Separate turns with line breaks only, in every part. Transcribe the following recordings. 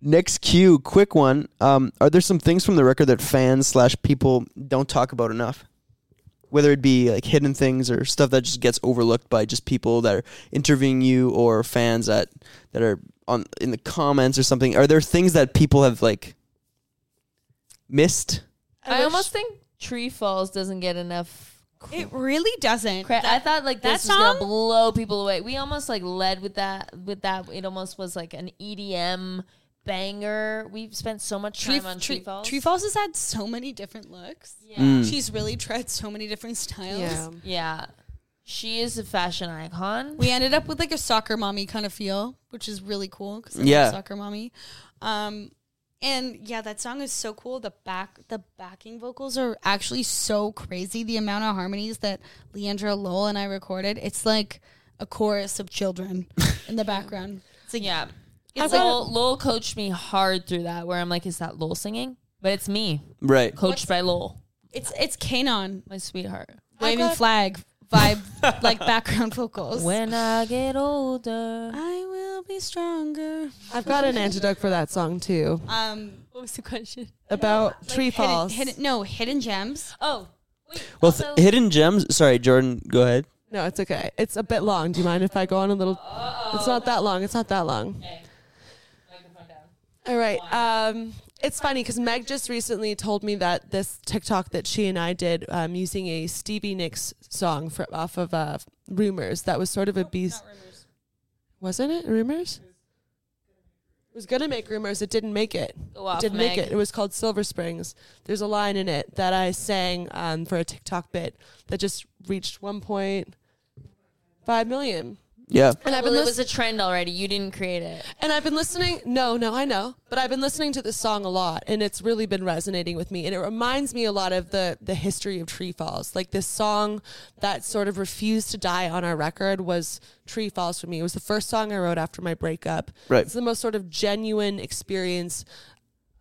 Next cue, quick one. Um, are there some things from the record that fans slash people don't talk about enough? Whether it be like hidden things or stuff that just gets overlooked by just people that are interviewing you or fans that that are on in the comments or something. Are there things that people have like missed?
I,
wish-
almost think Tree Falls doesn't get enough. Cr-
It really doesn't.
cra- I thought like
that
this was gonna
song-
blow people away. We almost like led with that. With that, it almost was like an EDM banger. We've spent so much time on Tree, Falls.
Tree Falls has had so many different looks.
Yeah.
She's really tried so many different styles.
Yeah.
yeah, she is a fashion icon.
We ended up with like a soccer mommy kind of feel, which is really cool because
Yeah.
soccer mommy. Um, and yeah, that song is so cool. The back, the backing vocals are actually so crazy. The amount of harmonies that Leandra Lowell and I recorded, it's like a chorus of children in the background. It's like,
yeah,
I've
it's
got-
Lowell, Lowell coached me hard through that. Where I'm like, is that Lowell singing? But it's me,
Right.
coached by Lowell,
it's it's Kanon
my sweetheart.
waving flag vibe, like background vocals.
When I get older,
I will be stronger.
I've got an antidote for that song too
Um, what was the question?
about tree
Hidden-
falls.
hidden- no, hidden gems.
oh,
Well, th-
Also-
hidden gems. Sorry, Jordan. Go ahead.
No, it's okay. It's a bit long. Do you mind if I go on a little? It's not that long. It's not that long. All right. Um, it's funny because Meg just recently told me that this TikTok that she and I did um, using a Stevie Nicks song fr off of uh, Rumors that was sort of a beast. Wasn't it Rumors? It was gonna make rumors. It didn't make it.
Go off,
it didn't make
Meg.
it. It was called Silver Springs. There's a line in it that I sang um, for a TikTok bit that just reached 1.5 million.
Yeah.
And I've been
well, it
lis-
was a trend already. You didn't create it.
and I've been listening. No, no, I know, but I've been listening to this song a lot, and it's really been resonating with me. And it reminds me a lot of the the history of Tree Falls. Like this song that sort of refused to die on our record was Tree Falls for me. It was the first song I wrote after my breakup.
Right.
It's the most sort of genuine experience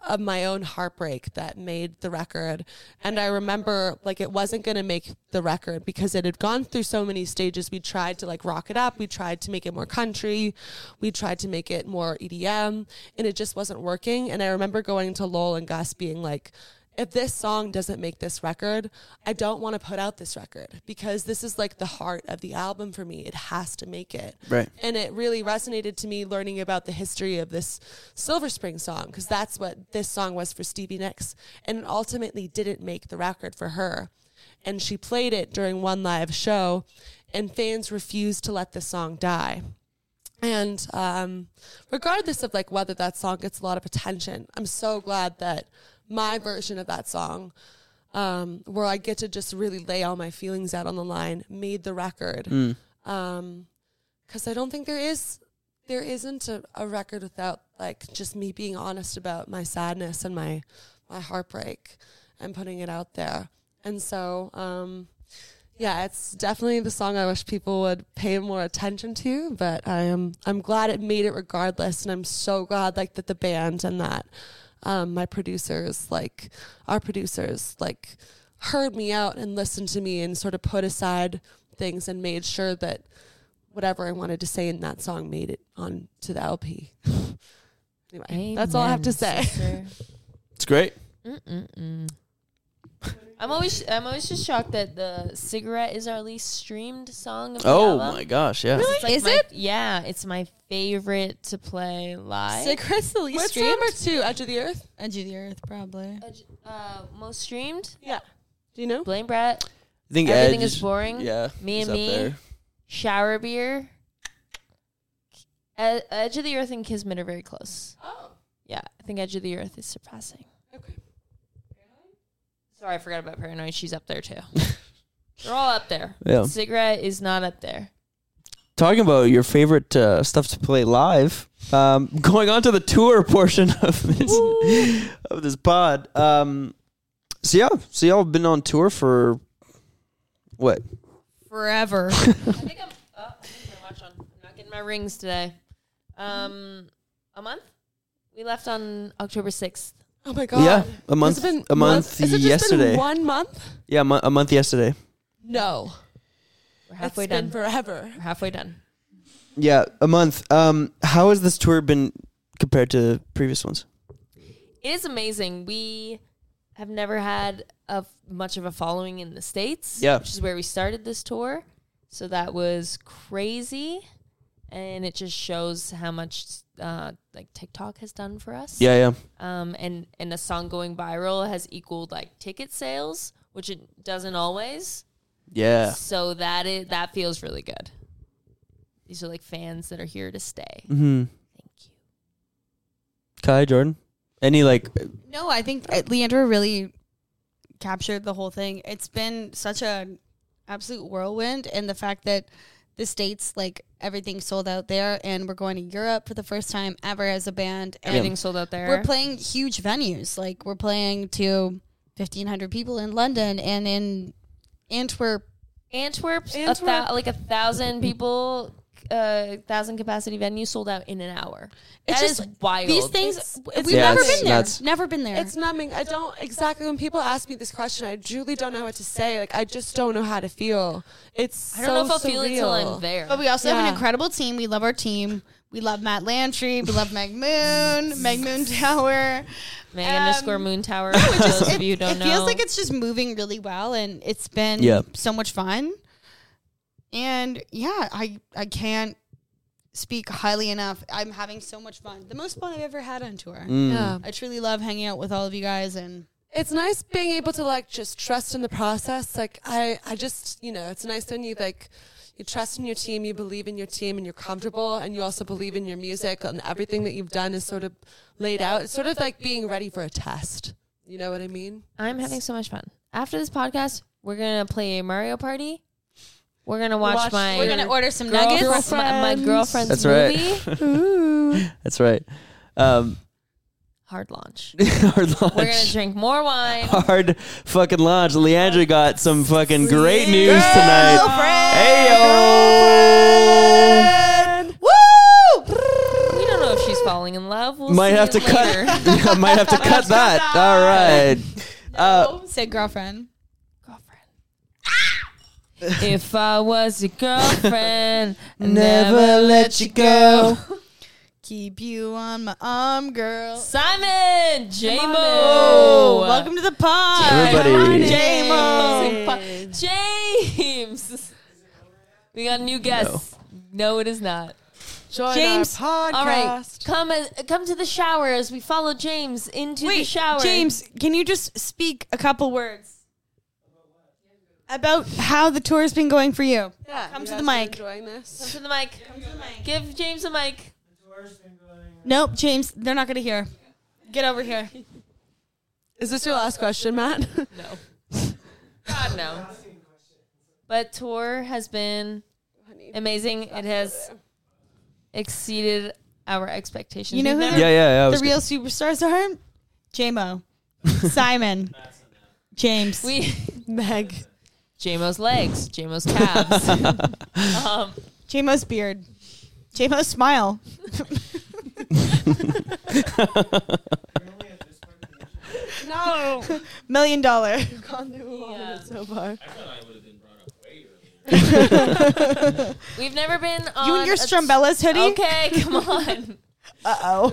of my own heartbreak that made the record. And I remember like it wasn't going to make the record because it had gone through so many stages. We tried to like rock it up, we tried to make it more country, we tried to make it more EDM, and it just wasn't working. And I remember going to Lowell and Gus being like, if this song doesn't make this record, I don't want to put out this record because this is like the heart of the album for me. It has to make it.
Right.
And it really resonated to me learning about the history of this Silver Spring song because that's what this song was for Stevie Nicks. And it ultimately didn't make the record for her. And she played it during one live show, and fans refused to let the song die. And um, regardless of like whether that song gets a lot of attention, I'm so glad that my version of that song, um, where I get to just really lay all my feelings out on the line, made the record. Um, because I don't think there is there isn't a, a record without like just me being honest about my sadness and my my heartbreak and putting it out there. And so, um, yeah, it's definitely the song I wish people would pay more attention to. But I am I'm glad it made it regardless, and I'm so glad like that the band and that um, my producers like our producers like heard me out and listened to me and sort of put aside things and made sure that whatever I wanted to say in that song made it on to the LP. anyway, that's all I have to say.
It's great.
I'm always I'm always just shocked that the cigarette is our least streamed song of the
Oh
album.
my gosh. Yeah.
It's like
Is
my-
it?
Yeah, it's my favorite to play live.
Cigarettes the least
What's
streamed.
number two? Edge of the Earth.
Edge of the Earth, probably.
Uh, most streamed.
Yeah. Do you know?
Blame Brett.
I think
Everything
Edge-
is boring.
Yeah.
Me
he's
and
up
me.
there.
Shower beer. Ed- Edge of the Earth and Kismet are very close. Oh. Yeah, I think Edge of the Earth is surpassing.
Okay.
Sorry, I forgot about Paranoid. She's up there too. They're all up there.
Yeah.
Cigarette is not up there.
talking about your favorite uh, stuff to play live. Um, going on to the tour portion of this of this pod. Um, so yeah, so y'all have been on tour for what?
Forever.
I think I'm. Oh, I need my watch on. I'm not getting my rings today. Um, a month. We left on October sixth.
Oh my god.
Yeah, a
Has
month-
it been
a month
Has it just
yesterday.
Been one month?
Yeah, a mo- a month yesterday.
No.
We're halfway
it's
done.
been forever.
We're halfway done.
Yeah, a month. Um, how has this tour been compared to previous ones?
It is amazing. We have never had a f- much of a following in the states,
Yeah.
which is where we started this tour. So that was crazy, and it just shows how much uh, like TikTok has done for us.
Yeah, yeah.
Um, and and a song going viral has equaled like ticket sales, which it doesn't always.
Yeah.
So that it that feels really good. These are like fans that are here to stay.
Mm-hmm.
Thank you.
Kai, Jordan? Any like
No, I think uh, Leandra really captured the whole thing. It's been such an absolute whirlwind, and the fact that the states like everything sold out there, and we're going to Europe for the first time ever as a band, and
Everything's sold out there.
we're playing huge venues. Like we're playing to fifteen hundred people in London and in Antwerp.
Antwerp, a
Antwerp.
thou- like a thousand people, uh, thousand capacity venue sold out in an hour.
It's
That is
just
wild.
These things
it's
we've
Yeah,
never
it's
been there.
nuts.
Never been there.
It's numbing. I don't exactly when people ask me this question, I truly don't know what to say. Like I just don't know how to feel. It's
I don't know if I'll
so
feel it till
surreal.
I'm there.
But we also have
Yeah.
an incredible team. We love our team. We love Matt Lantry. We love Meg Moon, Meg Moon Tower.
May
um,
underscore Moon Tower. for those of you who don't
it
know,
feels like it's just moving really well, and it's been
Yeah.
so much fun. And yeah, I I can't speak highly enough. I'm having so much fun. The most fun I've ever had on tour.
Yeah.
I truly love hanging out with all of you guys, and
it's nice being able to like just trust in the process. Like I, I just you know, it's nice when you like you trust in your team, you believe in your team, and you're comfortable, and you also believe in your music, and everything that you've done is sort of laid out. It's sort of like being ready for a test. You know what I mean?
I'm having so much fun. After this podcast, we're gonna play a Mario Party. We're gonna watch,
Watch-
my.
we're gonna
order some
girlfriend- my, my girlfriend's
That's right.
movie.
That's right. Um
Hard launch.
hard launch.
We're gonna drink more wine.
hard fucking launch. Leandra got some fucking great news tonight. Ayo!
We don't know if she's falling in love. We'll
Might
see
have to
it later.
cut. Might have to cut that. All right. Uh,
Say girlfriend.
girlfriend. if I was your girlfriend, I'd never.
never let you go.
Keep you on my arm, girl.
Simon J-Mo.
Oh, welcome to the pod,
Everybody.
J-Mo.
James. We got a new guest. No, it is not.
Join
James,
our podcast.
All right, come as, come to the shower as we follow James into the shower.
James, can you just speak a couple words about how the tour has been going for you?
Yeah,
Come
you
to the
guys
mic.
Enjoying this.
to the mic. Give James a mic.
Nope, James, they're not going to hear. Get over here.
Is this your last question, Matt?
No. God no. But tour has been amazing. It has exceeded our expectations.
You know
We've
who
never-
Yeah, yeah, yeah. I
The
was-
real superstars are J-Mo, Simon, James.
we
Meg.
JMO's legs, JMO's calves. um,
J-Mo's beard. J-Mo's smile.
No.
Million dollar.
yeah.
so far.
We've never been on
You and your
a-
Strombella's hoodie?
Okay, come on.
Uh-oh.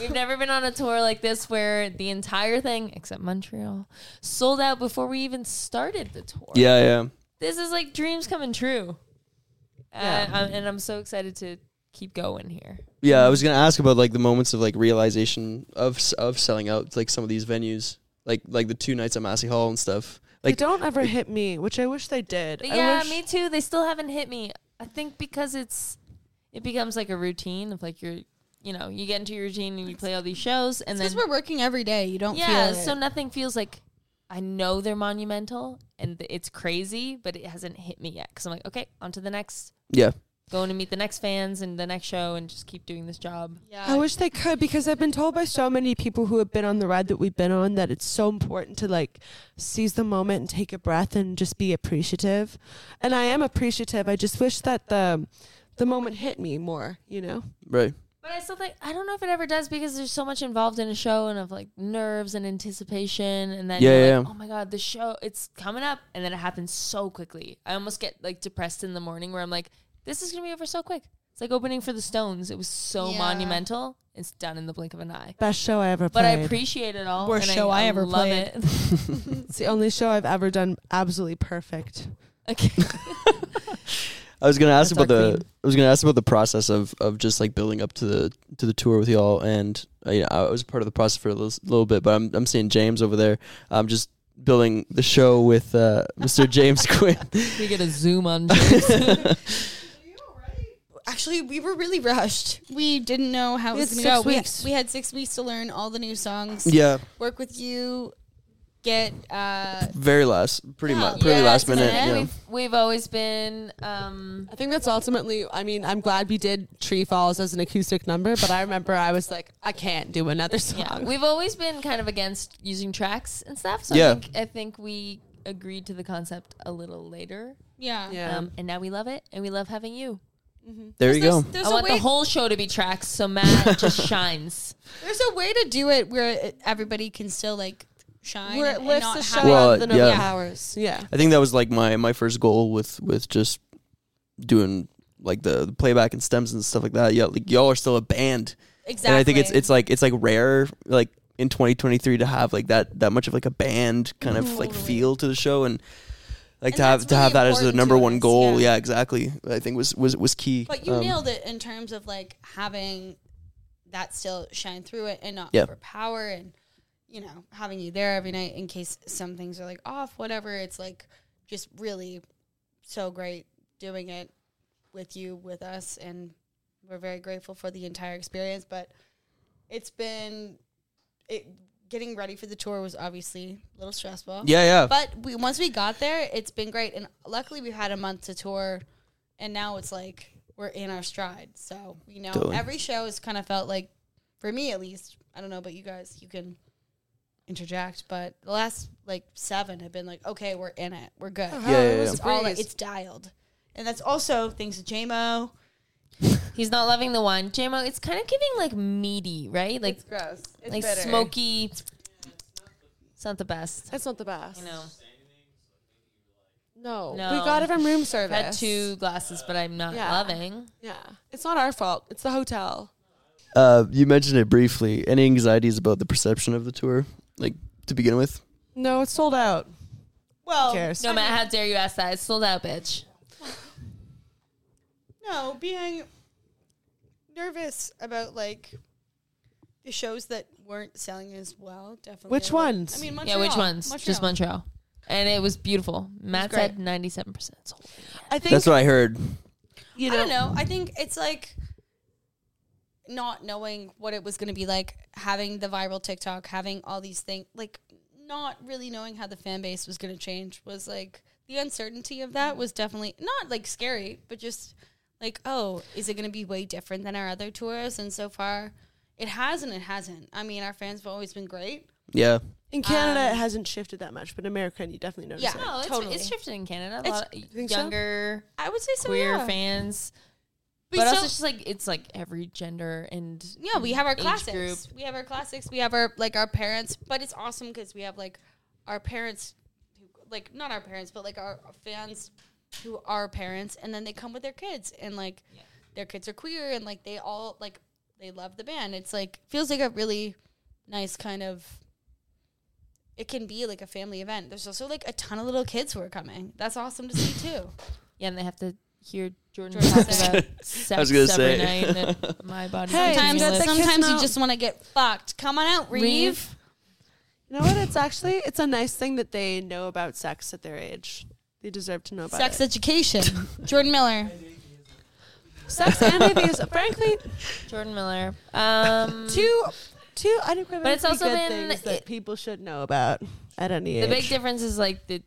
We've never been on a tour like this where the entire thing, except Montreal, sold out before we even started the tour.
yeah, yeah.
This is like dreams coming true. Uh, I'm, and I'm so excited to keep going here.
Yeah, I was gonna ask about like the moments of like realization of s- of selling out like some of these venues, like like the two nights at Massey Hall and stuff.
They
Like
don't ever hit me, which I wish they did.
But
I
yeah,
wish-
me too. They still haven't hit me. I think because it's it becomes like a routine of like you're you know you get into your routine and you play all these shows and then
Because we're working every day. You don't
yeah,
feel it.
so nothing feels like I know they're monumental and th- it's crazy, but it hasn't hit me yet because I'm like okay, on to the next,
yeah,
going to meet the next fans and the next show and just keep doing this job.
I wish they could because I've been told by so many people who have been on the ride that we've been on that it's so important to like seize the moment and take a breath and just be appreciative. And I am appreciative. I just wish that the the moment hit me more, you know.
right.
But I still think I don't know if it ever does because there's so much involved in a show and of like nerves and anticipation and then
Yeah,
you're
yeah,
like,
yeah.
oh my god, the show it's coming up and then it happens so quickly. I almost get like depressed in the morning where I'm like, this is gonna be over so quick. It's like opening for the Stones. It was so
Yeah.
monumental. It's done in the blink of an eye.
Best show I ever
But I
played.
appreciate it all.
Worst
and
show I ever
love
played.
it.
it's the only show I've ever done absolutely perfect.
okay.
I was gonna ask
That's our
about the.
queen.
I was gonna ask about the process of of just like building up to the to the tour with y'all, and uh, yeah, I was part of the process for a little, little bit, but I'm I'm seeing James over there. I'm just building the show with uh, Mr. James Quinn.
We get a zoom on.
Actually, we were really rushed. We didn't know how
We
it was going
had
to
six
go. We-
weeks.
We, had six weeks to learn all the new songs.
Yeah,
Work with you. Get uh,
very last, pretty
Yeah.
much, pretty
Yeah,
last
that's
minute.
it.
Yeah.
We've, we've always been. Um,
I think that's ultimately. I mean, I'm glad we did Tree Falls as an acoustic number, but I remember I was like, I can't do another song.
yeah, we've always been kind of against using tracks and stuff. So
Yeah.
I think I think we agreed to the concept a little later.
yeah.
Yeah.
Um, and now we love it, and we love having you.
There you go.
There's, there's
I
a
want
way,
the whole show to be tracks, so Matt just shines.
there's a way to do it where it- everybody can still like shine.
We're,
and, and
let's
not
just
have
show
Well,
out the number
yeah.
of hours. Yeah.
I think that was like my my first goal with with just doing like the, the playback and stems and stuff like that. Yeah, like y'all are still a band.
exactly.
And I think it's it's like it's like rare like in 2023 to have like that that much of like a band kind of like feel to the show and like
And
to have
that's
to have
really
that as the
important
number
to
one
us,
goal.
yeah.
Yeah. exactly. I think was was was key.
But you
Um,
nailed it in terms of like having that still shine through it and not
Yeah.
overpower and you know having you there every night in case some things are like off whatever it's like just really so great doing it with you with us and we're very grateful for the entire experience but it's been it getting ready for the tour was obviously a little stressful
Yeah, yeah.
but we once we got there, it's been great, and luckily we had a month to tour, and now it's like we're in our stride. So you know,
Totally.
every show has kind of felt like, for me at least, I don't know about you guys, you can interject, but the last like seven have been like, okay, we're in it, we're good.
yeah, yeah, yeah.
It's all like,
breeze.
it's dialed, and that's also thanks to JMO.
He's not loving the wine, JMO. It's kind of giving like meaty, right? Like
gross. It's
like smoky. It's not the best.
That's not the best.
You know,
No.
No.
We got it from room service.
had two glasses, but I'm not
Yeah.
loving.
Yeah. It's not our fault. It's the hotel.
Uh, you mentioned it briefly. Any anxieties about the perception of the tour, like to begin with?
No, it's sold out.
Well,
Who cares?
No, Matt, how dare you ask that? It's sold out, bitch.
No, being nervous about like the shows that weren't selling as well. Definitely.
Which
I would-
ones?
I mean,
Yeah,
Montreal.
which ones? Just
Montreal.
Montreal. And it was beautiful. Matt
great.
said 97% sold.
I think
That's what I heard.
you
I don't know. I think it's like not knowing what it was going to be like, having the viral TikTok, having all these things, like not really knowing how the fan base was going to change was like the uncertainty of that was definitely not like scary, but just like, oh, is it going to be way different than our other tours? And so far, it has and it hasn't. I mean, our fans have always been great.
Yeah,
In Canada, it hasn't shifted that much, but in America, you definitely notice
Yeah.
it.
No, Oh, it's,
Totally.
it's shifted in Canada. A
It's-
lot
you
of
think so?
younger
I would say so.
queer
yeah.
fans.
We
but also,
still-
it's just like it's like every gender and
Yeah, we have our
age
classics.
group.
We have our classics. We have our like our parents, but it's awesome because we have like our parents, who, like not our parents, but like our fans who are parents, and then they come with their kids, and like their kids are queer, and like they all like they love the band. It's like feels like a really nice kind of. It can be like a family event. There's also like a ton of little kids who are coming. That's awesome to see too.
Yeah, and they have to hear Jordan
Jordan
talk
say-
about sex
was gonna
every
say.
night. And my body.
Hey,
Sometimes,
let the kids
sometimes you
know.
just want to get fucked. Come on out, Reeve.
Reeve.
You know what? It's actually it's a nice thing that they know about sex at their age. They deserve to know about
Sex
it.
education. Jordan Miller.
sex and atheism. Frankly,
Jordan Miller. Um,
two two unequivocally
But it's also
good
been-
things that
it-
people should know about at any age.
The big difference is like the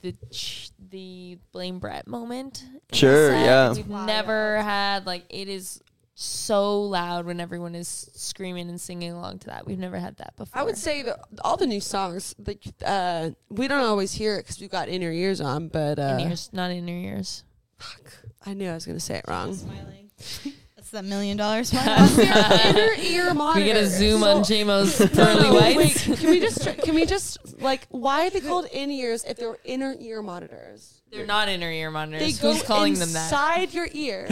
the ch- the blame Brett moment. in
Sure,
a sense.
yeah.
We've never had like it is so loud when everyone is screaming and singing along to that. We've never had that before.
I would say that all the new songs, like uh, we don't always hear it because we've got inner ears on. But uh,
in ears, not in your ears.
I knew I was going to say it wrong.
smiling. That's the million dollar smile.
inner ear monitor.
We get a zoom on Jamo's
No,
pearly
no,
whites.
Wait, can we just can we just like why are they called in ears if they're inner ear monitors?
They're not inner ear
They
monitors.
go
Who's calling them that?
inside your ear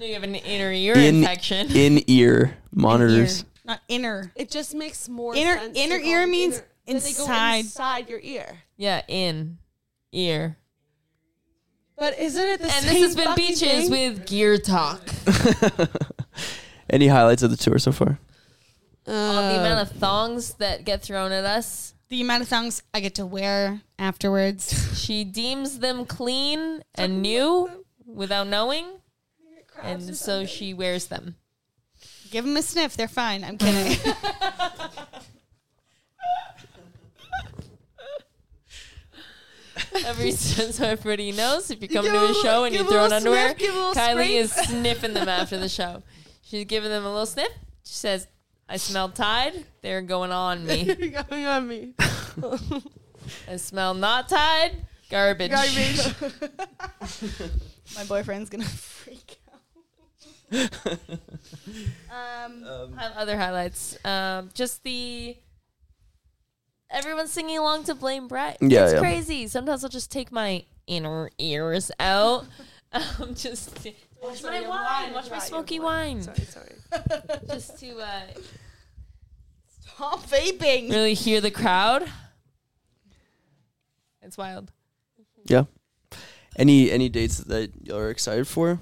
No, you have an inner ear
In-
infection.
in ear monitors.
Ear, not inner.
It just makes more
Inner-
sense.
inner
to call
ear
them
means
that they go
inside.
inside your ear.
yeah, in ear.
But isn't it the
And
same
this has been
fucking
Beaches
thing?
with Gear Talk.
Any highlights of the tour so far?
Uh,
All the amount of thongs that get thrown at us.
The amount of songs I get to wear afterwards.
She deems them clean and new without knowing. And so she wears them.
Give them a sniff. They're fine. I'm kidding.
Every so everybody knows if you come
give
to a
a
show
little-
and you
give a
throw an
little
underwear,
sniff, give a little
Kylie
scrape.
is sniffing them after the show. She's giving them a little sniff. She says, I smell Tide. They're going on me.
You're going on me.
I smell not Tide. Garbage.
Garbage.
My boyfriend's gonna freak out. um,
Hi- Other highlights. Um, just the. Everyone's singing along to Blame Brett.
Yeah,
it's
yeah.
crazy. Sometimes I'll just take my inner ears out. um, just to- watch my
your
wine.
wine
Watch
is
my
not your
smoky wine.
sorry, sorry.
Just to uh,
Stop vaping.
really hear the crowd. It's wild.
Yeah. Any any dates that y'all are excited for?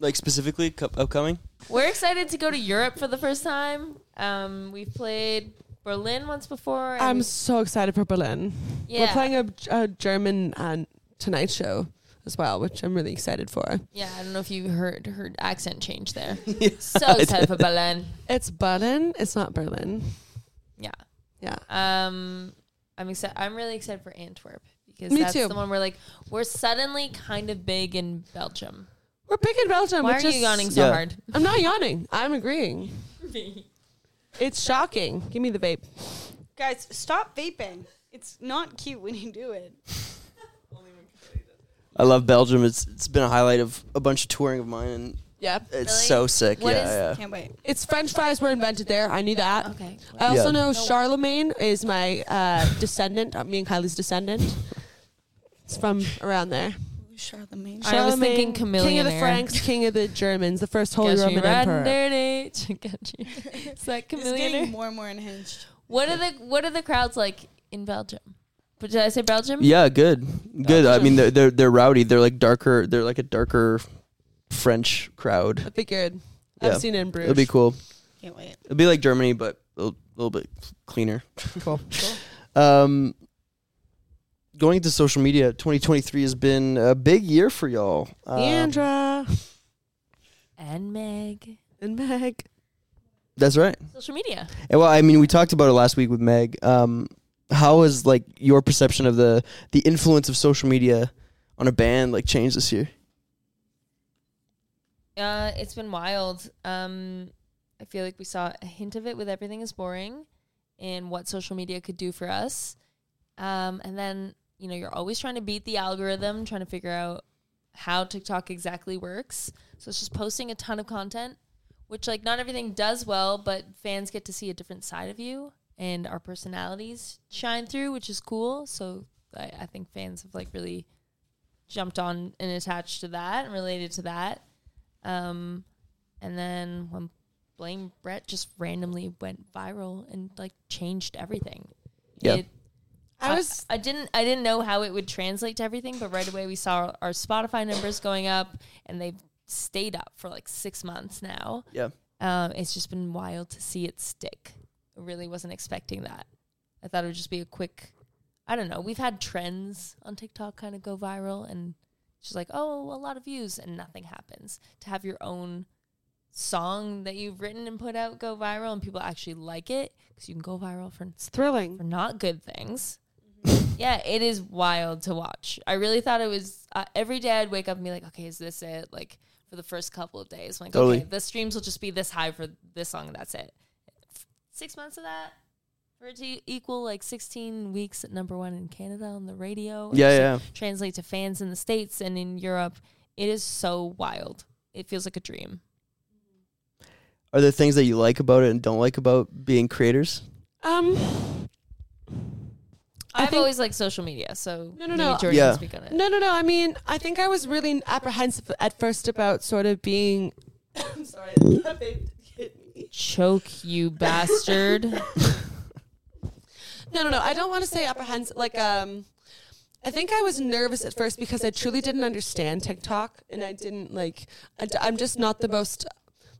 Like specifically cu- upcoming?
We're excited to go to Europe for the first time. Um, we've played Berlin once before. and
I'm
we-
so excited for Berlin. We're
Yeah.
playing a, a German uh, Tonight Show as well, which I'm really excited for.
yeah, I don't know if you heard her accent change there.
Yeah,
so
I
excited for Berlin.
It's Berlin. It's not Berlin.
Yeah.
Yeah.
Um, I'm excited. I'm really excited for Antwerp because
Me
that's
too.
the one where like we're suddenly kind of big in Belgium.
We're big in Belgium.
Why are
which
you
is-
yawning so
Yeah.
hard?
I'm not yawning. I'm agreeing. It's shocking. Give me the vape.
Guys, stop vaping. It's not cute when you do it.
I love Belgium. It's it's been a highlight of a bunch of touring of mine, and
Yeah.
it's so sick.
What
yeah,
is-
yeah.
Can't wait.
It's French fries were invented there. I knew that.
Okay.
I also
Yeah.
know Charlemagne is my uh, descendant, uh, me and Kylie's descendant. It's from around there.
Charlemagne.
I was thinking
King of the
chameleon era.
Franks, King of the Germans, the first Holy
Got you
Roman
riding
Emperor.
dirty. Got you. It's that
It's getting
chameleon.
more and more unhinged.
What are the What are the crowds like in Belgium? But did I say Belgium?
Yeah, good, good. I mean, they're, they're they're rowdy. They're like darker. They're like a darker French
I
crowd.
figured.
Yeah.
I've seen it in Bruges.
It'll be cool.
Can't wait.
It'll be like Germany, but a little, little bit cleaner. Cool. um, going into social media, 2023 has been a big year for y'all.
Uh,
Um,
Leandra
And Meg.
and Meg.
that's right.
Social media.
And well, I mean, we talked about it last week with Meg. Um, how has like your perception of the the influence of social media on a band like changed this year?
Uh, it's been wild. Um, I feel like we saw a hint of it with Everything is Boring and what social media could do for us. Um, and then, you know, you're always trying to beat the algorithm, trying to figure out how TikTok exactly works. So it's just posting a ton of content, which, like, not everything does well, but fans get to see a different side of you and our personalities shine through, which is cool. So I, I think fans have, like, really jumped on and attached to that and related to that. Um, and then when Blame Brett just randomly went viral and like changed everything.
Yeah.
It-
I was
I, didn't I didn't know how it would translate to everything, but right away we saw our Spotify numbers going up, and they've stayed up for like six months now.
Yeah.
Um, it's just been wild to see it stick. I really wasn't expecting that. I thought it would just be a quick. I don't know. We've had trends on TikTok kind of go viral, and she's like, "Oh, a lot of views," and nothing happens. To have your own song that you've written and put out go viral, and people actually like it because you can go viral for
thrilling.
for not good things. yeah, it is wild to watch. I really thought it was uh, every day I'd wake up and be like, okay, is this it? Like for the first couple of days, I'm like,
Totally.
okay, the streams will just be this high for this song, and that's it. Six months of that for it to equal like 16 weeks at number one in Canada on the radio. and
Yeah,
just,
yeah.
like, translate to fans in the States and in Europe. It is so wild. It feels like a dream.
Are there things that you like about it and don't like about being creators?
Um, I,
I've
think-
always liked social media, so
No,
maybe
no, no.
Jordan
Yeah.
can speak on it.
No, no, no. I mean, I think I was really apprehensive at first about sort of being. I'm sorry. that vape hit me.
Choke you bastard.
No, no, no. I don't want to say apprehensive. Like, um, I think I was nervous at first because I truly didn't understand TikTok, and I didn't like. I, am just not the most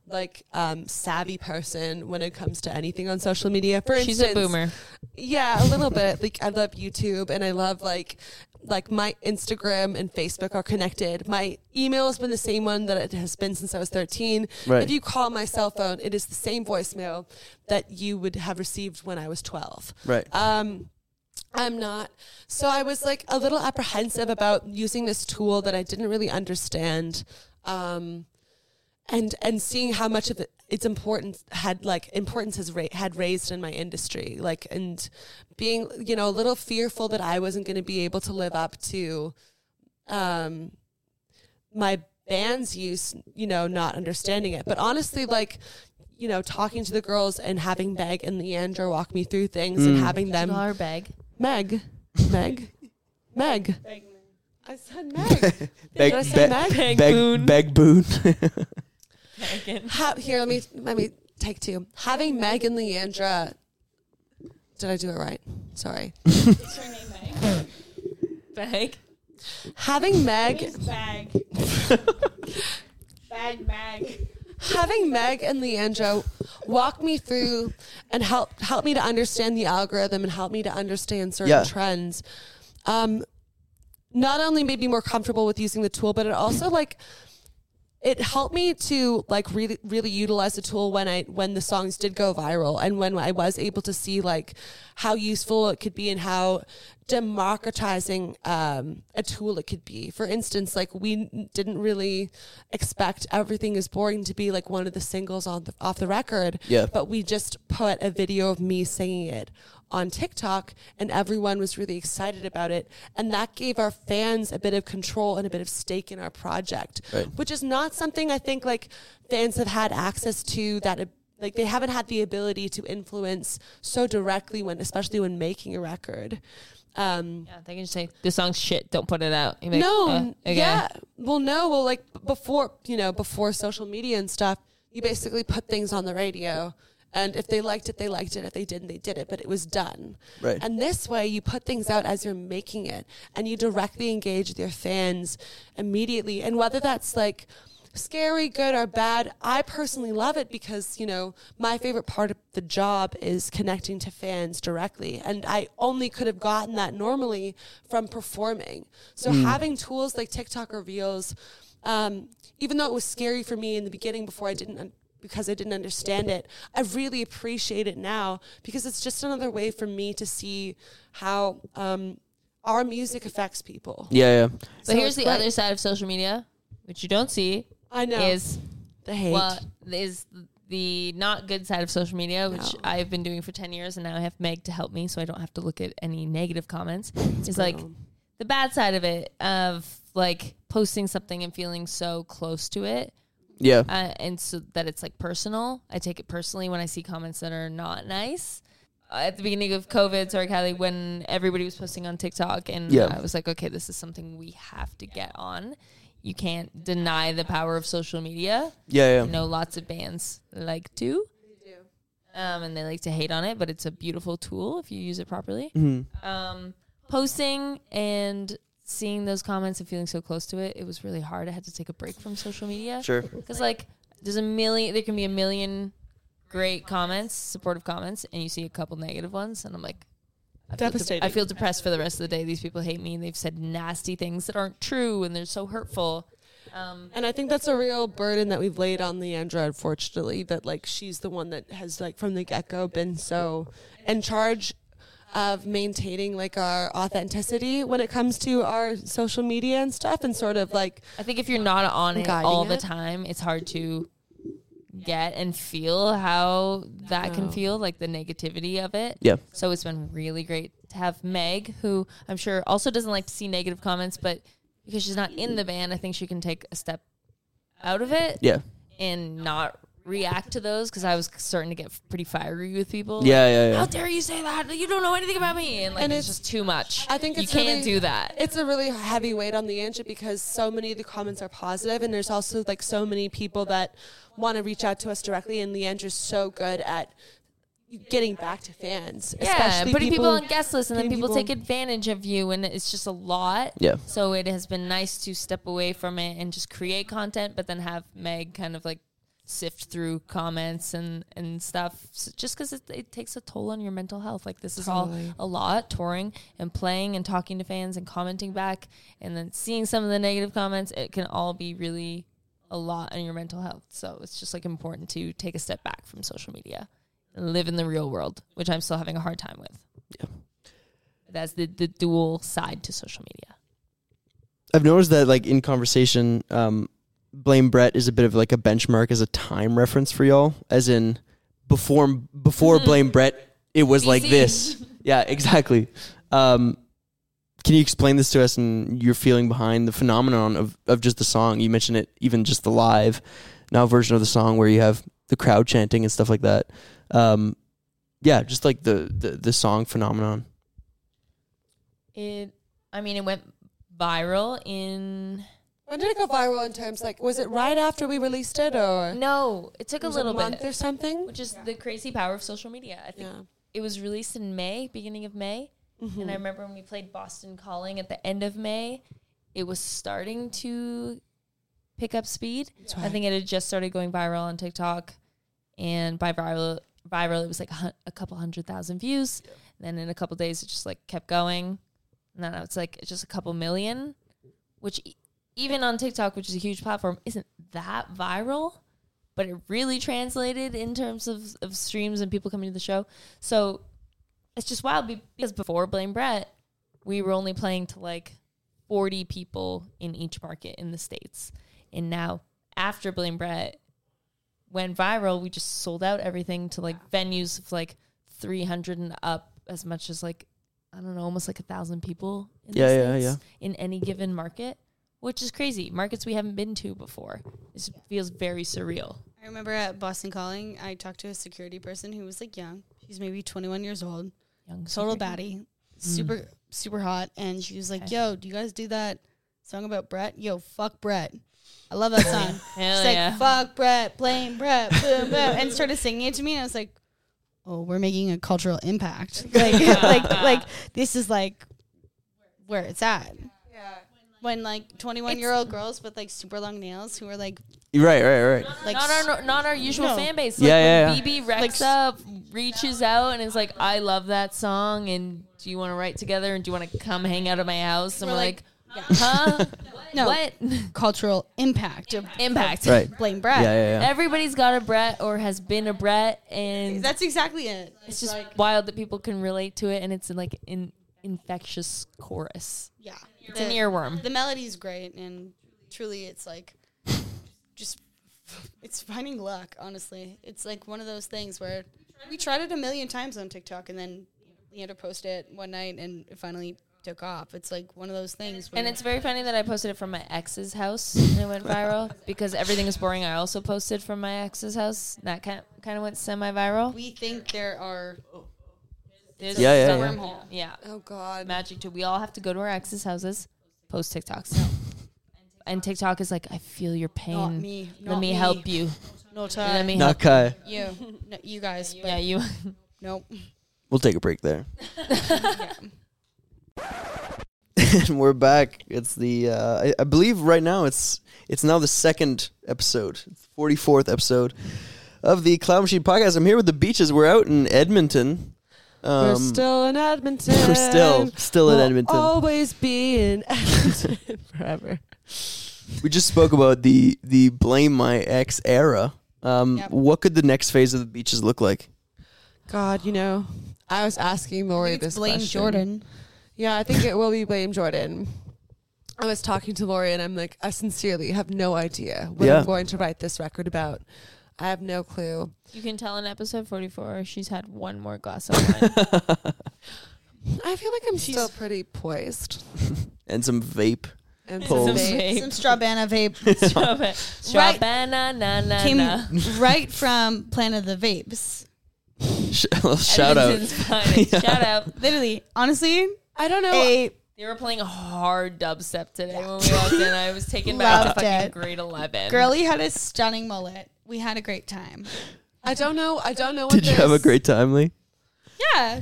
like um, savvy person when it comes to anything on social media. For
She's
instance,
a boomer.
Yeah, a little bit. Like I love YouTube and I love like like my Instagram and Facebook are connected. My email has been the same one that it has been since I was 13.
Right.
If you call my cell phone, it is the same voicemail that you would have received when I was 12.
Right.
Um I'm not. So I was like a little apprehensive about using this tool that I didn't really understand. Um and and seeing how much of it, its importance had like importance has ra- had raised in my industry like and being you know a little fearful that I wasn't going to be able to live up to um my band's use you know not understanding it but honestly like you know talking to the girls and having Meg and Leandra walk me through things and having them
Dollar bag.
Meg Meg Meg I said Meg
Beg,
Did I say
be- beg,
Meg?
beg boon.
Ha- here, let me let me take two. Having Meg and Leandra. Did I do it right? Sorry.
Bag.
Having Meg,
Bag. bag, bag.
having Meg and Leandra walk me through and help help me to understand the algorithm and help me to understand certain
Yeah.
trends. Um, not only made me more comfortable with using the tool, but it also like it helped me to like really really utilize the tool when I when the songs did go viral and when I was able to see like how useful it could be and how democratizing um, a tool it could be. For instance, like we n- didn't really expect "Everything Is Boring" to be like one of the singles on the, off the record,
Yeah.
But we just put a video of me singing it on TikTok, and everyone was really excited about it, and that gave our fans a bit of control and a bit of stake in our project
Right.
which is not something I think like fans have had access to that like they haven't had the ability to influence so directly when especially when making a record. Um
Yeah, they can just say this song's shit. Don't put it out. You're like,
no,
uh, okay.
yeah. Well, no, well like b- before, you know, before social media and stuff, you basically put things on the radio and if they liked it, they liked it. If they didn't, they did it, but it was done.
Right.
And this way, you put things out as you're making it, and you directly engage with your fans immediately. And whether that's like scary, good, or bad, I personally love it because, you know, my favorite part of the job is connecting to fans directly. And I only could have gotten that normally from performing. So having tools like TikTok or Reels, um, even though it was scary for me in the beginning before I didn't un- because I didn't understand it. I really appreciate it now because it's just another way for me to see how um, our music affects people.
yeah, yeah.
But
So
here's
it's
the
great.
other side of social media, which you don't see,
I know
is
the hate.
what is the not good side of social media, which
No.
I've been doing for ten years, and now I have Meg to help me, so I don't have to look at any negative comments. It's like
brutal.
the bad side of it of like posting something and feeling so close to it
Yeah.
uh, and so that it's like personal. I take it personally when I see comments that are not nice. Uh, at the beginning of COVID, sorry, Kylie, when everybody was posting on TikTok, and
Yeah.
I was like, okay, this is something we have to get on. You can't deny the power of social media.
Yeah,
I
yeah.
know lots of bands like to. Um, and they like to hate on it, but it's a beautiful tool if you use it properly.
Mm-hmm.
Um, posting and seeing those comments and feeling so close to it, it was really hard. I had to take a break from social media.
Sure.
Because like there's a million, there can be a million great comments, supportive comments, and you see a couple negative ones, and I'm like, I feel de-
Devastating.
I feel depressed for the rest of the day. These people hate me, and they've said nasty things that aren't true, and they're so hurtful. Um,
And I think that's a real burden that we've laid on Leandra, unfortunately, that like she's the one that has like from the get go been so in charge of maintaining like our authenticity when it comes to our social media and stuff and sort of like
I think if you're not on it
Guiding
all the
it.
time, it's hard to get and feel how that can
No.
feel, like the negativity of it.
Yeah.
So it's been really great to have Meg, who I'm sure also doesn't like to see negative comments, but because she's not in the band, I think she can take a step out of it
Yeah.
and not react to those because I was starting to get pretty fiery with people. Like,
Yeah, yeah, yeah.
How dare you say that? You don't know anything about me, and like
And
it's,
it's-
just too much.
I think
you
it's
can't
really-
do that.
It's a really heavy weight on the Angie because so many of the comments are positive, and there's also like so many people that want to reach out to us directly, and the Angie's so good at getting back to fans,
Yeah,
especially
putting people, on guest lists, and then
getting
people,
people-
take advantage of you, and it's just a lot.
Yeah.
So it has been nice to step away from it and just create content, but then have Meg kind of like sift through comments and and stuff, so just because it, it takes a toll on your mental health. Like this is
Totally.
all a lot touring and playing and talking to fans and commenting back, and then seeing some of the negative comments. It can all be really a lot on your mental health. So it's just like important to take a step back from social media and live in the real world, which I'm still having a hard time with.
Yeah.
That's the, the dual side to social media.
I've noticed that like in conversation, um, blame Brett is a bit of like a benchmark as a time reference for y'all. As in, before before
Mm-hmm.
blame Brett, it was like
BC.
this. Yeah, exactly. Um, can you explain this to us and your feeling behind the phenomenon of of just the song? You mentioned it, even just the live now version of the song where you have the crowd chanting and stuff like that. Um, yeah, just like the the, the song phenomenon.
It, I mean, it went viral in
When did it go viral in terms like was it right after we released it or
no, it took
it
a
was
little
month
bit,
or something?
which is the crazy power of social media. I think
Yeah. Mm-hmm.
it was released in May, beginning of May, and I remember when we played Boston Calling at the end of May, it was starting to pick up speed. I think it had just started going viral on TikTok, and by viral, viral it was like a, hun- a couple hundred thousand views. Then in a couple days, it just like kept going, and then now it's like just a couple million, which e- even on TikTok, which is a huge platform, isn't that viral. But it really translated in terms of, of streams and people coming to the show. So it's just wild be- because before Blame Brett, we were only playing to like 40 people in each market in the States. And now, after Blame Brett went viral, we just sold out everything to like venues of like 300 and up, as much as like, I don't know, almost like a thousand people in the
Yeah, yeah,
States in any given market, which is crazy. Markets we haven't been to before. It feels very surreal.
I remember at Boston Calling, I talked to a security person who was like young. She's maybe 21 years old,
Young
total
Superhuman.
baddie, super super hot, and she was like, "Yo, do you guys do that song about Brett? Yo, fuck Brett." I love that song.
Hell
She's
yeah.
like, "Fuck Brett, blame Brett, boom boom," and started singing it to me, and I was like, "Oh, we're making a cultural impact. Like, like, like this is like where it's at." When like 21 year old girls with like super long nails who are like
Right, right, right.
like
not our not our usual
No.
fan base.
Yeah,
Like
yeah,
when BB Rex up, reaches out and is like, "I love that song, and do you want to write together? And do you want to come hang out at my house?" And we're,
We're
like,
like,
"Huh?
No.
What
cultural impact of
impact?
Right.
blame Brett.
Yeah, yeah, yeah.
Everybody's got a Brett or has been a Brett, and
That's exactly it.
it's just wild that people can relate to it, and it's like an infectious chorus.
yeah.
It's an earworm.
The melody's great, and truly, it's like just it's finding luck. Honestly, it's like one of those things where we tried it a million times on TikTok, and then Leander posted it one night, and it finally took off. It's like one of those things. Where
And it's very funny that I posted it from my ex's house and it went viral because everything is boring. I also posted from my ex's house. That kind kind of went semi-viral.
we think there are
There's
Yeah, yeah,
some-
yeah.
wormhole.
Yeah.
Oh god.
Magic too. We all have to go to our ex's houses, post TikToks. And TikTok is like, I feel your pain.
Not me.
Let
Not
me,
me.
help you.
No time.
Let me help.
Nakai.
you, no, you guys. But
Yeah, you.
Nope.
We'll take a break there.
Yeah.
and we're back. It's the uh, I, I believe right now it's it's now the second episode, forty fourth episode of the Cloud Machine podcast. I'm here with the beaches. We're out in Edmonton. Um,
we're still in Edmonton.
we're still still in
We'll oh.
Edmonton.
Always be in Edmonton forever.
We just spoke about the the blame my ex era. Um,
Yep.
What could the next phase of the beaches look like?
God, you know, I was asking Lori
It's
this
blame
question.
Jordan.
Yeah, I think it will be blame Jordan. I was talking to Lori and I'm like, I sincerely have no idea what
Yeah.
I'm going to write this record about. I have no clue.
You can tell in episode 44, she's had one more glass of wine.
I feel like I'm still pretty poised.
And some vape.
And
Pulls.
so they-
Vape.
Some straw banana vape.
Stop it.
Right.
Stop na na na
Came
na.
right from Planet of the Vapes.
Sh- well, shout out.
Edmonton's finest. Shout out.
Literally, honestly,
I don't know.
a
They were playing hard dubstep today when we walked in. I was taken back to
Loved
fucking
it.
grade 11.
girlie had a stunning mullet. We had a great time.
I don't know. I don't know. What
Did you have a
this-
great time, Lee?
Yeah.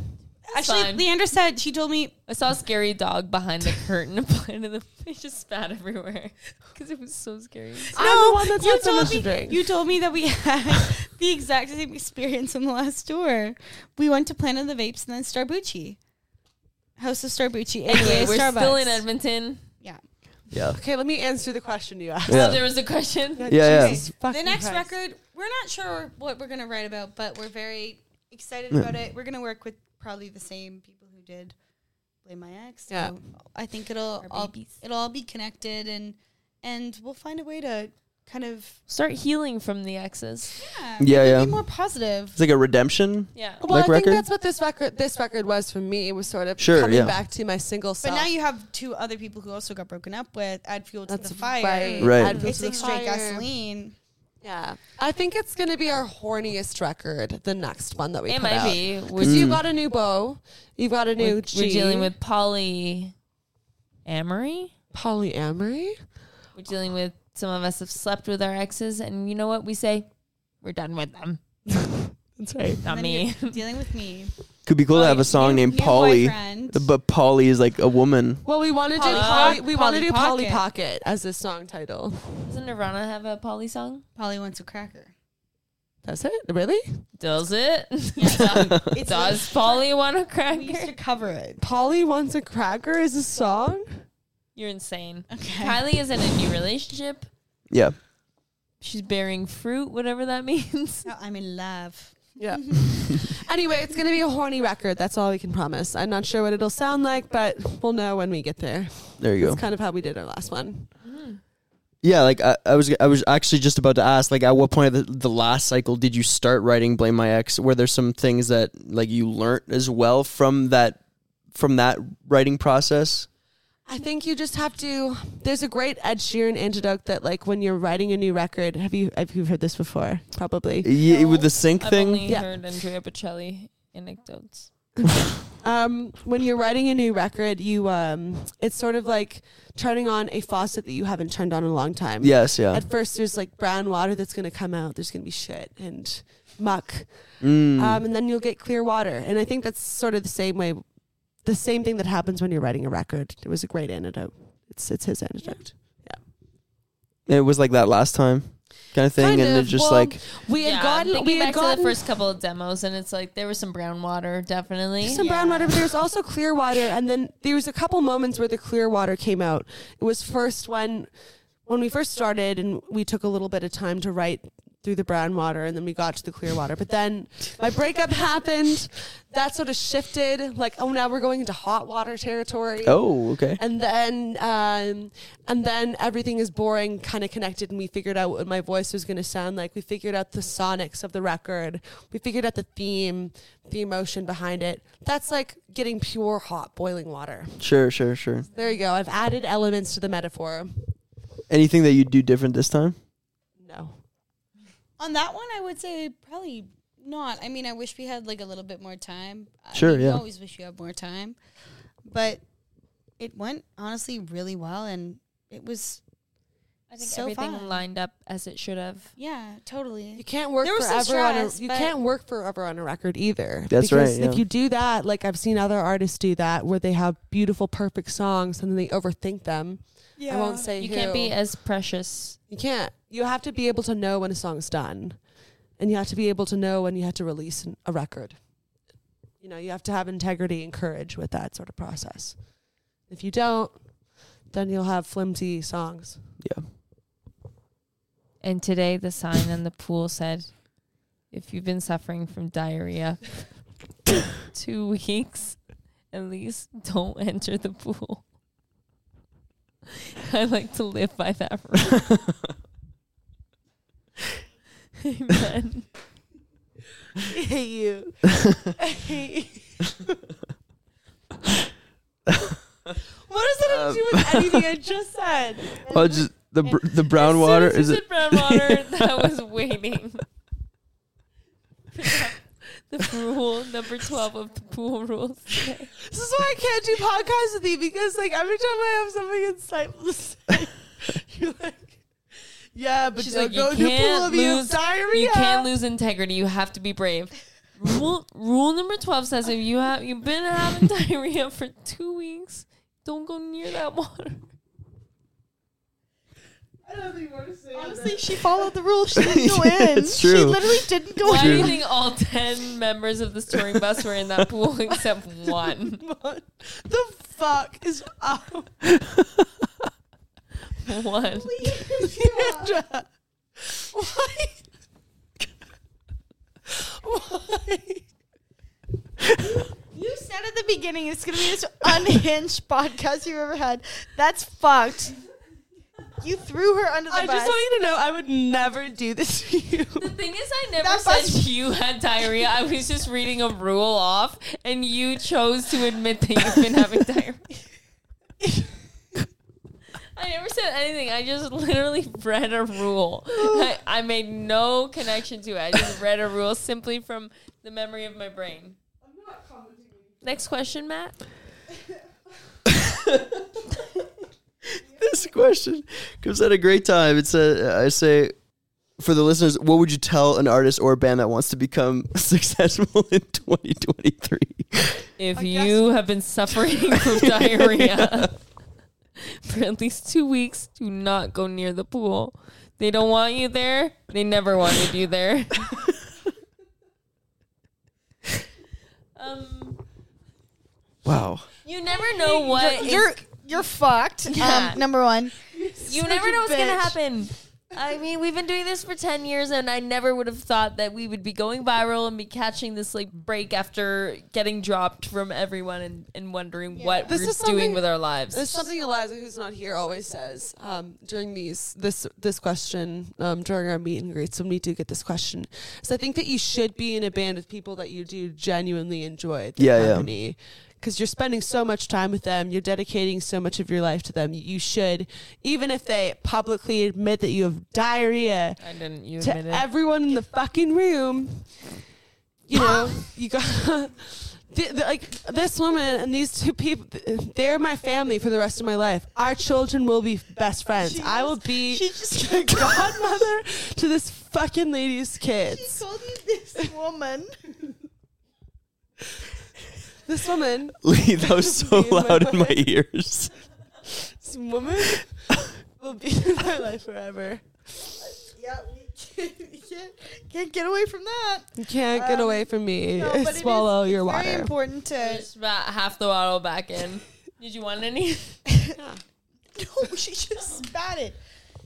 Actually,
fine.
Leandra said she told me
I saw a scary dog behind the curtain and playing in the they just spat everywhere because it was so scary.
I'm the one that's
you
had so
told
much to
me-
drink.
You told me that we had the exact same experience on the last tour. We went to Planet of the Vapes and then Starbucci. House of Starbucci.
Anyway,
aka
we're still
Starbucks.
in Edmonton.
Yeah.
Yeah.
Okay, let me answer the question you asked.
Oh, there was a question.
Yeah, yeah.
The next record, we're not sure what we're going to write about, but we're very excited about it. We're going to work with probably the same people who did Blame My Ex. So
Yeah.
I think it'll
Our
all,
babies.
it'll all be connected and and we'll find a way to kind of
Start healing from the exes.
yeah,
Yeah, yeah.
be more positive.
It's like a redemption.
Yeah.
Well,
Like
I think
record?
that's what this record this record was for me. It was sort of
Sure,
coming
yeah.
back to my single
But
self.
now you have two other people who also got broken up with. Add fuel to
that's
the fire.
Right.
Right.
Add fuel
It's
to the
like straight
fire.
gasoline.
Yeah, I think it's gonna be our horniest record. The next one that we
It
put out.
might be. We're,
Because you got a new bow, you got a new.
we're
G.
dealing with polyamory. We're
polyamory.
dealing with some of us have slept with our exes, and you know what we say? We're done with them.
That's right.
Not
Then
me.
you're dealing with me.
Could be cool to have a song
New-
named
new
Polly,
boyfriend.
but Polly is like a woman.
Well, we want to do
Polly
poly,
Poc-
we want to
Polly
do Polly
Pocket.
Pocket as a song title.
Doesn't Nirvana have a poly song?
Polly wants a cracker.
That's it. Really?
Does it?
It's
Does Polly want a
we used to
cracker?
cover it.
Polly wants a cracker is a song.
You're insane.
Okay.
Kylie is in a new relationship.
Yeah.
She's bearing fruit, whatever that means.
Now I'm in love.
Yeah. anyway, it's gonna be a horny record. That's all we can promise. I'm not sure what it'll sound like, but we'll know when we get there.
There you go.
That's kind of how we did our last one.
Yeah, like I, I was, I was actually just about to ask, like, at what point of the, the last cycle did you start writing "Blame My Ex"? Were there some things that like you learnt as well from that, from that writing process?
I think you just have to. There's a great Ed Sheeran antidote that, like, when you're writing a new record, have you have you heard this before? Probably.
Yeah, with the sync
I've
thing.
only
Yeah.
heard Andrea Bocelli anecdotes.
um, when you're writing a new record, you um, it's sort of like turning on a faucet that you haven't turned on in a long time.
yes, yeah.
At first, there's like brown water that's gonna come out. There's gonna be shit and muck,
Mm.
um, and then you'll get clear water. And I think that's sort of the same way, the same thing that happens when you're writing a record. It was a great antidote. It's it's his antidote.
it was like that last time, kind of thing,
Kind
and
of,
it just
well,
like
we had
yeah,
gotten
thinking
we had
back to
gotten
the first couple of demos, and it's like there was some brown water, definitely.
some brown water, but there was also clear water. And then there was a couple moments where the clear water came out. It was first when when we first started, and we took a little bit of time to write through the brown water, and then we got to the clear water. But then my breakup happened. That sort of shifted. Like, oh, now we're going into hot water territory.
oh, okay,
And then, um, and then everything is boring, kind of connected, and we figured out what my voice was going to sound like. We figured out the sonics of the record. We figured out the theme, the emotion behind it. That's like getting pure hot boiling water.
sure, sure, sure.
There you go. I've added elements to the metaphor.
Anything that you do different this time?
No.
On that one, I would say probably not. I mean, I wish we had like a little bit more time. I
Sure,
mean, You
yeah.
always wish you had more time, but it went honestly really well, and it was
I think
So
everything
fun.
lined up as it should have.
yeah,
You
totally.
can't work
There was some
forever
stress,
on a you
but-
can't work forever on a record either.
That's
because
right, yeah.
If you do that, like I've seen other artists do that, where they have beautiful, perfect songs and then they overthink them. I won't say
You can't
who.
be as precious.
You can't. You have to be able to know when a song's done, and you have to be able to know when you have to release an, a record. You know, you have to have integrity and courage with that sort of process. If you don't, then you'll have flimsy songs.
Yeah.
And today, the sign in the pool said, "If you've been suffering from diarrhea, for two weeks at least, don't enter the pool." I like to live by that rule. Amen.
I hate you. I hate you. What does that have to do with anything I just said?
Well, Oh, just the br- the brown
As soon
water
as you
is
said
it?
brown water? that was waiting. the rule number twelve of the pool rules.
This is why I can't do podcasts with you because like every time I have something insightful to say, you're like, yeah, but
She's
don't
like, you
go to pool
can't
of you
lose-
diarrhea.
You can't lose integrity. You have to be brave. Rule, rule number twelve says if you have you've been having diarrhea for two weeks, don't go near that water.
I don't think we're saying
Honestly, she followed the rule. She didn't go in.
It's
She
true.
literally didn't go
Why do you
True.
in.
think all ten members of this touring bus were in that pool except one?
that. The fuck is up,
One.
Leandra? Why? Why?
You said at the beginning it's gonna be this unhinged podcast you've ever had. That's fucked. You threw her under the
I
bus.
just want you to know I would never do this to you.
The thing is, I never
That
said
bus-
you had diarrhea. I was just reading a rule off, and you chose to admit that you've been having diarrhea. I never said anything. I just literally read a rule. I, I made no connection to it. I just read a rule simply from the memory of my brain. Next question, Matt.
This question comes at a great time. It's a I say for the listeners, what would you tell an artist or a band that wants to become successful in 2023?
If
I
you have been suffering from diarrhea for at least two weeks, do not go near the pool. They don't want you there. They never wanted you there. um,
Wow.
you never know what is-
you're you're fucked.
Yeah.
Um, number one.
you never
a
know what's
bitch.
gonna happen. I mean, we've been doing this for ten years, and I never would have thought that we would be going viral and be catching this like break after getting dropped from everyone and, and wondering what
This
we're
is something-
doing with our lives.
There's something Eliza, who's not here, always says um, during these this this question um, during our meet and greets when we do get this question. is I think that you should be in a band with people that you do genuinely enjoy the
Yeah, yeah.
company. Because you're spending so much time with them, you're dedicating so much of your life to them. You should, even if they publicly admit that you have diarrhea,
I didn't. You
to
admit it.
everyone in the fucking room. You know, you got the, the, like this woman and these two people. They're my family for the rest of my life. Our children will be best friends. I will be
She just
the godmother to this fucking lady's kids.
called you this woman.
This woman,
Lee, that was so
Be in my
loud in my
way.
ears.
this woman will be in my life forever.
yeah, we can't, we can't, can't get away from that.
You can't
Um,
get away from me.
No, but it is-
Swallow your
it's
water.
Very important to.
Just about half the bottle back in. Did you want any?
No, she just spat it.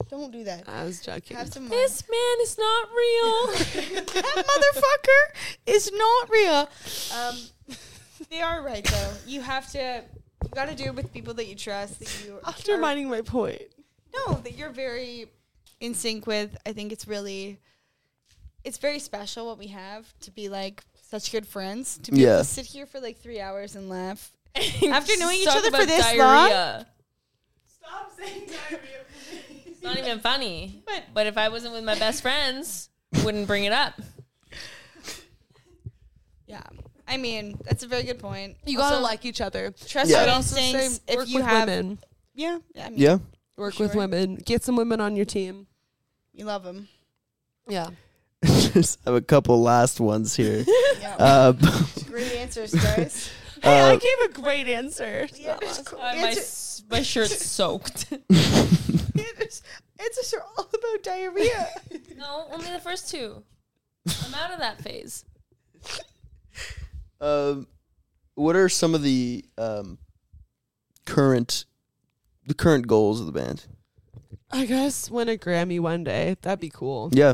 Don't do that.
I was joking.
Have some. mind.
this man is not real.
that motherfucker is not real. Um, they are right though. You have to. You got to do it with people that you trust. That you are-
Undermining my point.
no, that you're very in sync with. I think it's really, it's very special what we have to be like such good friends to be able
Yeah.
to sit here for like three hours and laugh. After knowing each other for this
long.
Stop saying diarrhea.
It's not even funny.
But-
But, if I wasn't with my best friends, wouldn't bring it up.
Yeah, I mean that's a very good point.
You
Also,
gotta like each other.
trust
Yeah.
your
I'd
also say
instincts if
work
you
with
have.
women.
Yeah, yeah, I mean,
Yeah.
Work
Sure.
with women. Get some women on your team.
you love them.
Yeah.
Just have a couple last ones here.
Yeah.
Uh,
Great answers, guys.
Hey, I
uh,
gave a great answer. to that
Leander's
one.
cool.
Uh, my,
Answer-
s- my shirt's soaked.
Leander's answers are all about diarrhea.
no, only the first two. I'm out of that phase.
um, what are some of the um, current the current goals of the band?
I guess win a Grammy one day. That'd be cool.
Yeah.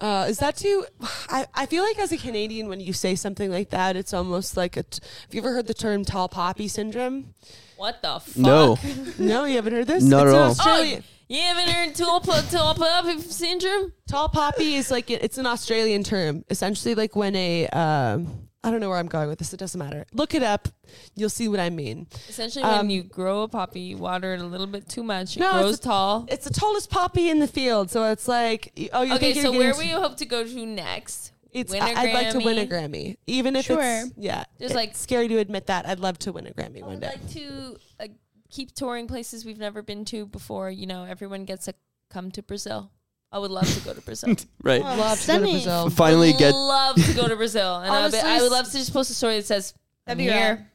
Uh, is that too? I, I feel like as a Canadian, when you say something like that, it's almost like a. T- have you ever heard the term tall poppy syndrome?
What the fuck?
No.
No, you haven't heard this.
Not
it's
at
an
all.
Australian.
Oh, You haven't heard Tool Put Tool Up Syndrome?
Tall poppy is like it's an Australian term, essentially like when a um, I don't know where I'm going with this. It doesn't matter. Look it up. You'll see what I mean.
Essentially, when
Um,
you grow a poppy, you water it a little bit too much. It
No, it's
grows
a-
tall.
It's the tallest poppy in the field, so it's like oh, you
Okay,
think you're
so
getting
where
to-
we hope to go to next?
It's
Win a
I- I'd like to win a
Grammy?
Grammy, even if
Sure.
it's yeah,
Just
it's
like-
scary to admit that. I'd love to win a Grammy
I
one
would
day.
like to uh, keep touring places we've never been to before. You know, everyone gets a come to Brazil. I would love to go to Brazil.
right.
love to go to
Stunning.
Brazil.
Finally
would
get
love to go to Brazil, and I'll be-
Honestly,
I would love to just post a story that says, "I'm here.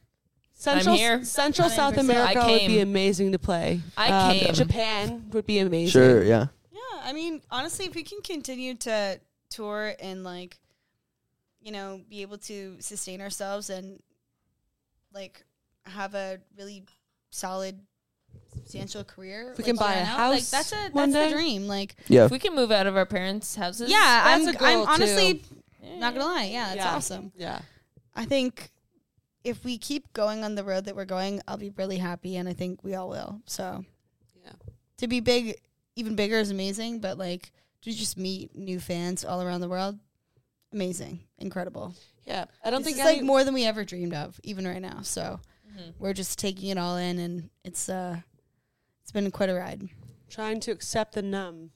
Central,
here.
Central
I'm in
South
Brazil.
America
I
would be
came.
amazing to play. Um,
I came.
Japan would be amazing.
sure, yeah.
Yeah, I mean, honestly, if we can continue to tour and like, you know, be able to sustain ourselves and like have a really solid, substantial career,
we
like,
can buy
you
a
know,
house
Like that's a
one
that's the
day.
dream. Like,
Yeah.
If we can move out of our parents' houses,
yeah,
that's
I'm
a goal,
I'm honestly
too.
not gonna lie. Yeah, it's
Yeah.
awesome.
Yeah.
I think if we keep going on the road that we're going, I'll be really happy, and I think we all will. So,
Yeah.
to be big, even bigger is amazing. But like to just meet new fans all around the world, amazing, incredible.
Yeah. I don't
This
think
is
any,
like more than we ever dreamed of, even right now. So
Mm-hmm.
we're just taking it all in, and it's uh, it's been quite a ride.
trying to accept the numb.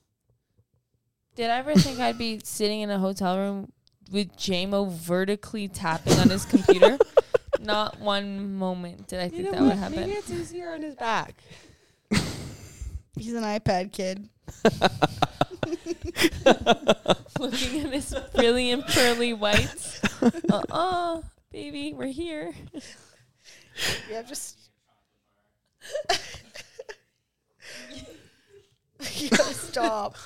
Did I ever think I'd be sitting in a hotel room with JMO vertically tapping on his computer? Not one moment did I think that would happen.
Maybe it's easier on his back.
He's an iPad kid.
Looking at his brilliant pearly whites. Uh uh baby, we're here.
Yeah, just. you gotta stop.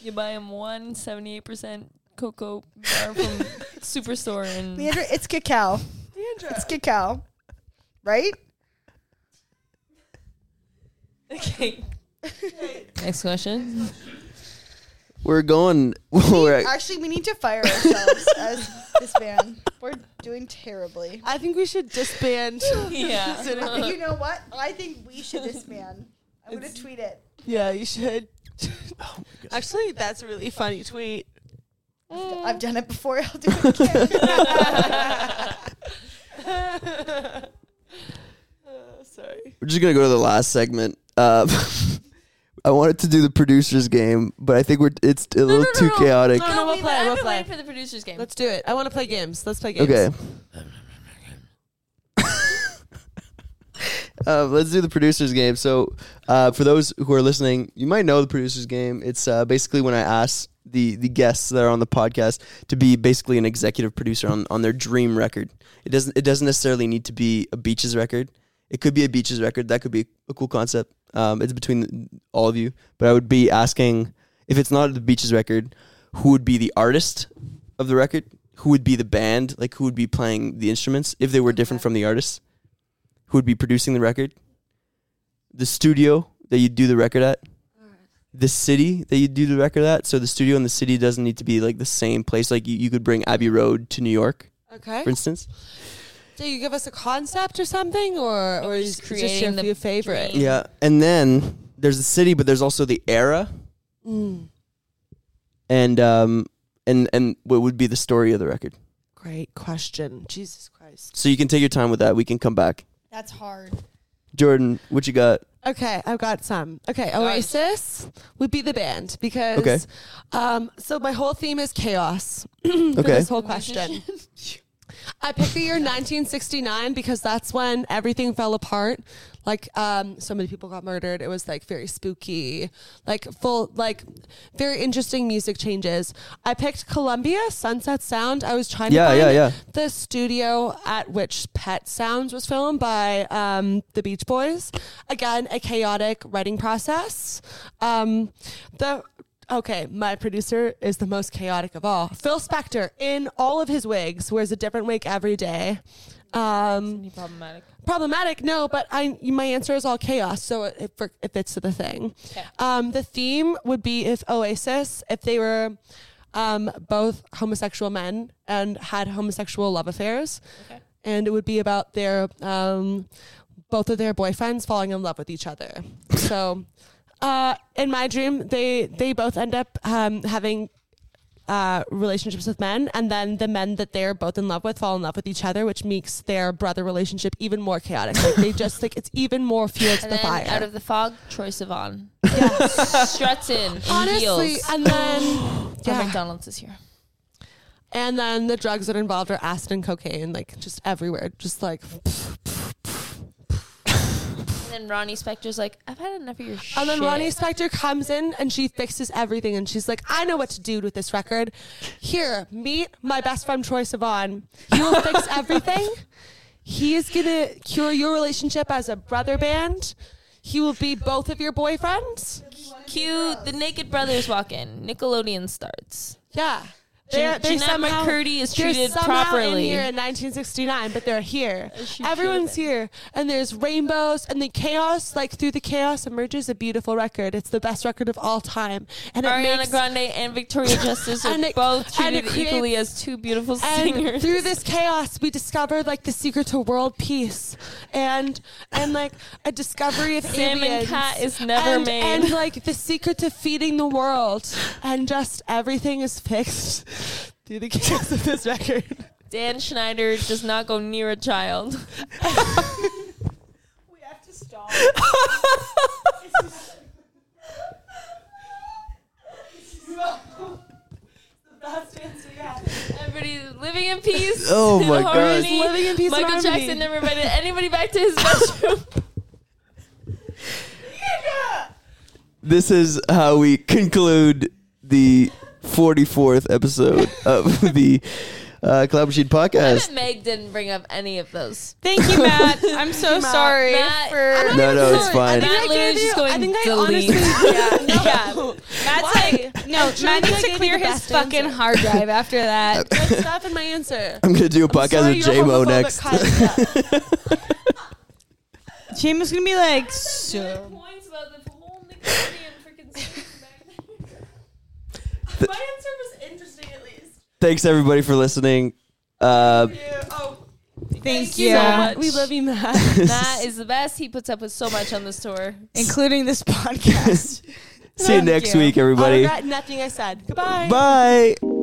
You buy him one seventy eight percent cocoa bar from Superstore and
Leandra, it's cacao. It's cacao. Right?
okay. Next question.
We're going we're at-
Actually, we need to fire ourselves as this band. We're doing terribly.
I think we should disband.
Yeah.
You know what? I think we should disband. I'm gonna tweet it.
yeah, you should.
Oh
Actually, that's a really funny tweet.
Mm.
I've done it before. I'll do it again.
sorry.
we're just gonna go to the last segment. Uh, I wanted to do the producers game, but I think we're it's a little too chaotic.
No, no, we'll play,
I've
we'll
been
play.
waiting for the producers game.
Let's do it. I want to play games. Let's play games.
Okay. Uh, let's do the producers game. So, uh, for those who are listening, you might know the producers game. It's uh, basically when I ask the the guests that are on the podcast to be basically an executive producer on, on their dream record. It doesn't it doesn't necessarily need to be a Beaches record. It could be a Beaches record. That could be a cool concept. Um, it's between all of you. But I would be asking if it's not the Beaches record, who would be the artist of the record? Who would be the band? Like who would be playing the instruments if they were different from the artist? Who would be producing the record? the studio that you do the record at, the city that you do the record at. So the studio and the city doesn't need to be like the same place. Like you, you could bring Abbey Road to New York,
Okay.
for instance.
Do you give us a concept or something, or or
we're
you
just
just
creating
creating
the
your favorite?
dream.
Yeah, and then there's the city, but there's also the era,
Mm.
and um, and and what would be the story of the record.
Great question. Jesus Christ.
So you can take your time with that. We can come back.
That's hard.
Jordan, what you got?
Okay, I've got some. Okay, Oasis would be the band because.
Okay.
Um. So my whole theme is chaos. for
Okay.
This whole question. I picked the year 1969 because that's when everything fell apart. Like, um, so many people got murdered. It was like very spooky, like full, like very interesting music changes. I picked Columbia Sunset Sound. I was trying
Yeah,
to find
yeah, yeah.
the studio at which Pet Sounds was filmed by um, the Beach Boys. Again, a chaotic writing process. Um, the okay, my producer is the most chaotic of all. Phil Spector in all of his wigs wears a different wig every day. Um,
Problematic.
problematic, no, but I my answer is all chaos, so it, it, it fits to the thing. Um, the theme would be if Oasis, if they were um, both homosexual men and had homosexual love affairs, and it would be about their um, both of their boyfriends falling in love with each other. so, uh, in my dream, they they both end up um, having uh, relationships with men, and then the men that they're both in love with fall in love with each other, which makes their brother relationship even more chaotic. Like they just like it's even more fuel to
And
the
then
fire.
out of the fog, Troy Sivan. Struts in, in
Honestly,
heels.
and then
From
yeah,
McDonald's this year.
and then the drugs that are involved are acid and cocaine, like just everywhere, just like.
And then Ronnie Spector's like, I've had enough of your shit.
And then Ronnie Spector comes in and she fixes everything and she's like, I know what to do with this record. Here, meet my best friend Troy Sivan. He will fix everything. He is gonna cure your relationship as a brother band. He will be both of your boyfriends.
Cue the Naked Brothers walk in. Nickelodeon starts.
Yeah.
Jean- Jeanette McCurdy is
they're
treated
somehow
properly.
in here in 1969, but they're here.
should
Everyone's
be.
here, and there's rainbows, and the chaos. Like through the chaos emerges a beautiful record. It's the best record of all time, and it
Ariana
makes
Grande and Victoria Justice are
And it-
both
and it
treated equally as two beautiful
and
singers.
through this chaos we discovered like the secret to world peace and and like a discovery of
Salmon
aliens.
cat is never
and,
made.
and like the secret to feeding the world and just everything is fixed through the chaos of this record
Dan Schneider does not go near a child.
We have to stop.
Everybody living in peace.
Oh
in
my God.
harmony.
Living in peace and
Michael
harmony.
Jackson never invited anybody back to his bedroom.
This is how we conclude the 44th episode of the uh, Cloud Machine podcast.
Meg didn't bring up any of those.
Thank you, Matt. I'm so
Uh,
sorry
Matt,
for.
No, no, it's
I
fine.
think
Matt
I
Lewis
gave
is
you-
going
I think I
delete.
honestly
Yeah, yeah. Matt's
Why?
like, no, Matt needs
to give
to
me
clear his
the best
fucking
answer.
hard drive after that.
my stuff and my answer
I'm going to do a podcast
Sorry,
with
you're
J Mo
homophobic,
next.
Kyle. Yeah.
Jim is gonna be like, so.
points about the whole Nickelodeon freaking
my answer was interesting at least
Thanks, everybody, for listening. Uh,
Thank
you
you,
so much.
we love you Matt
Matt is the best. He puts up with so much on this tour.
including this podcast.
see you
Thank
next
you.
week,
I
everybody.
regret nothing I said goodbye
Bye.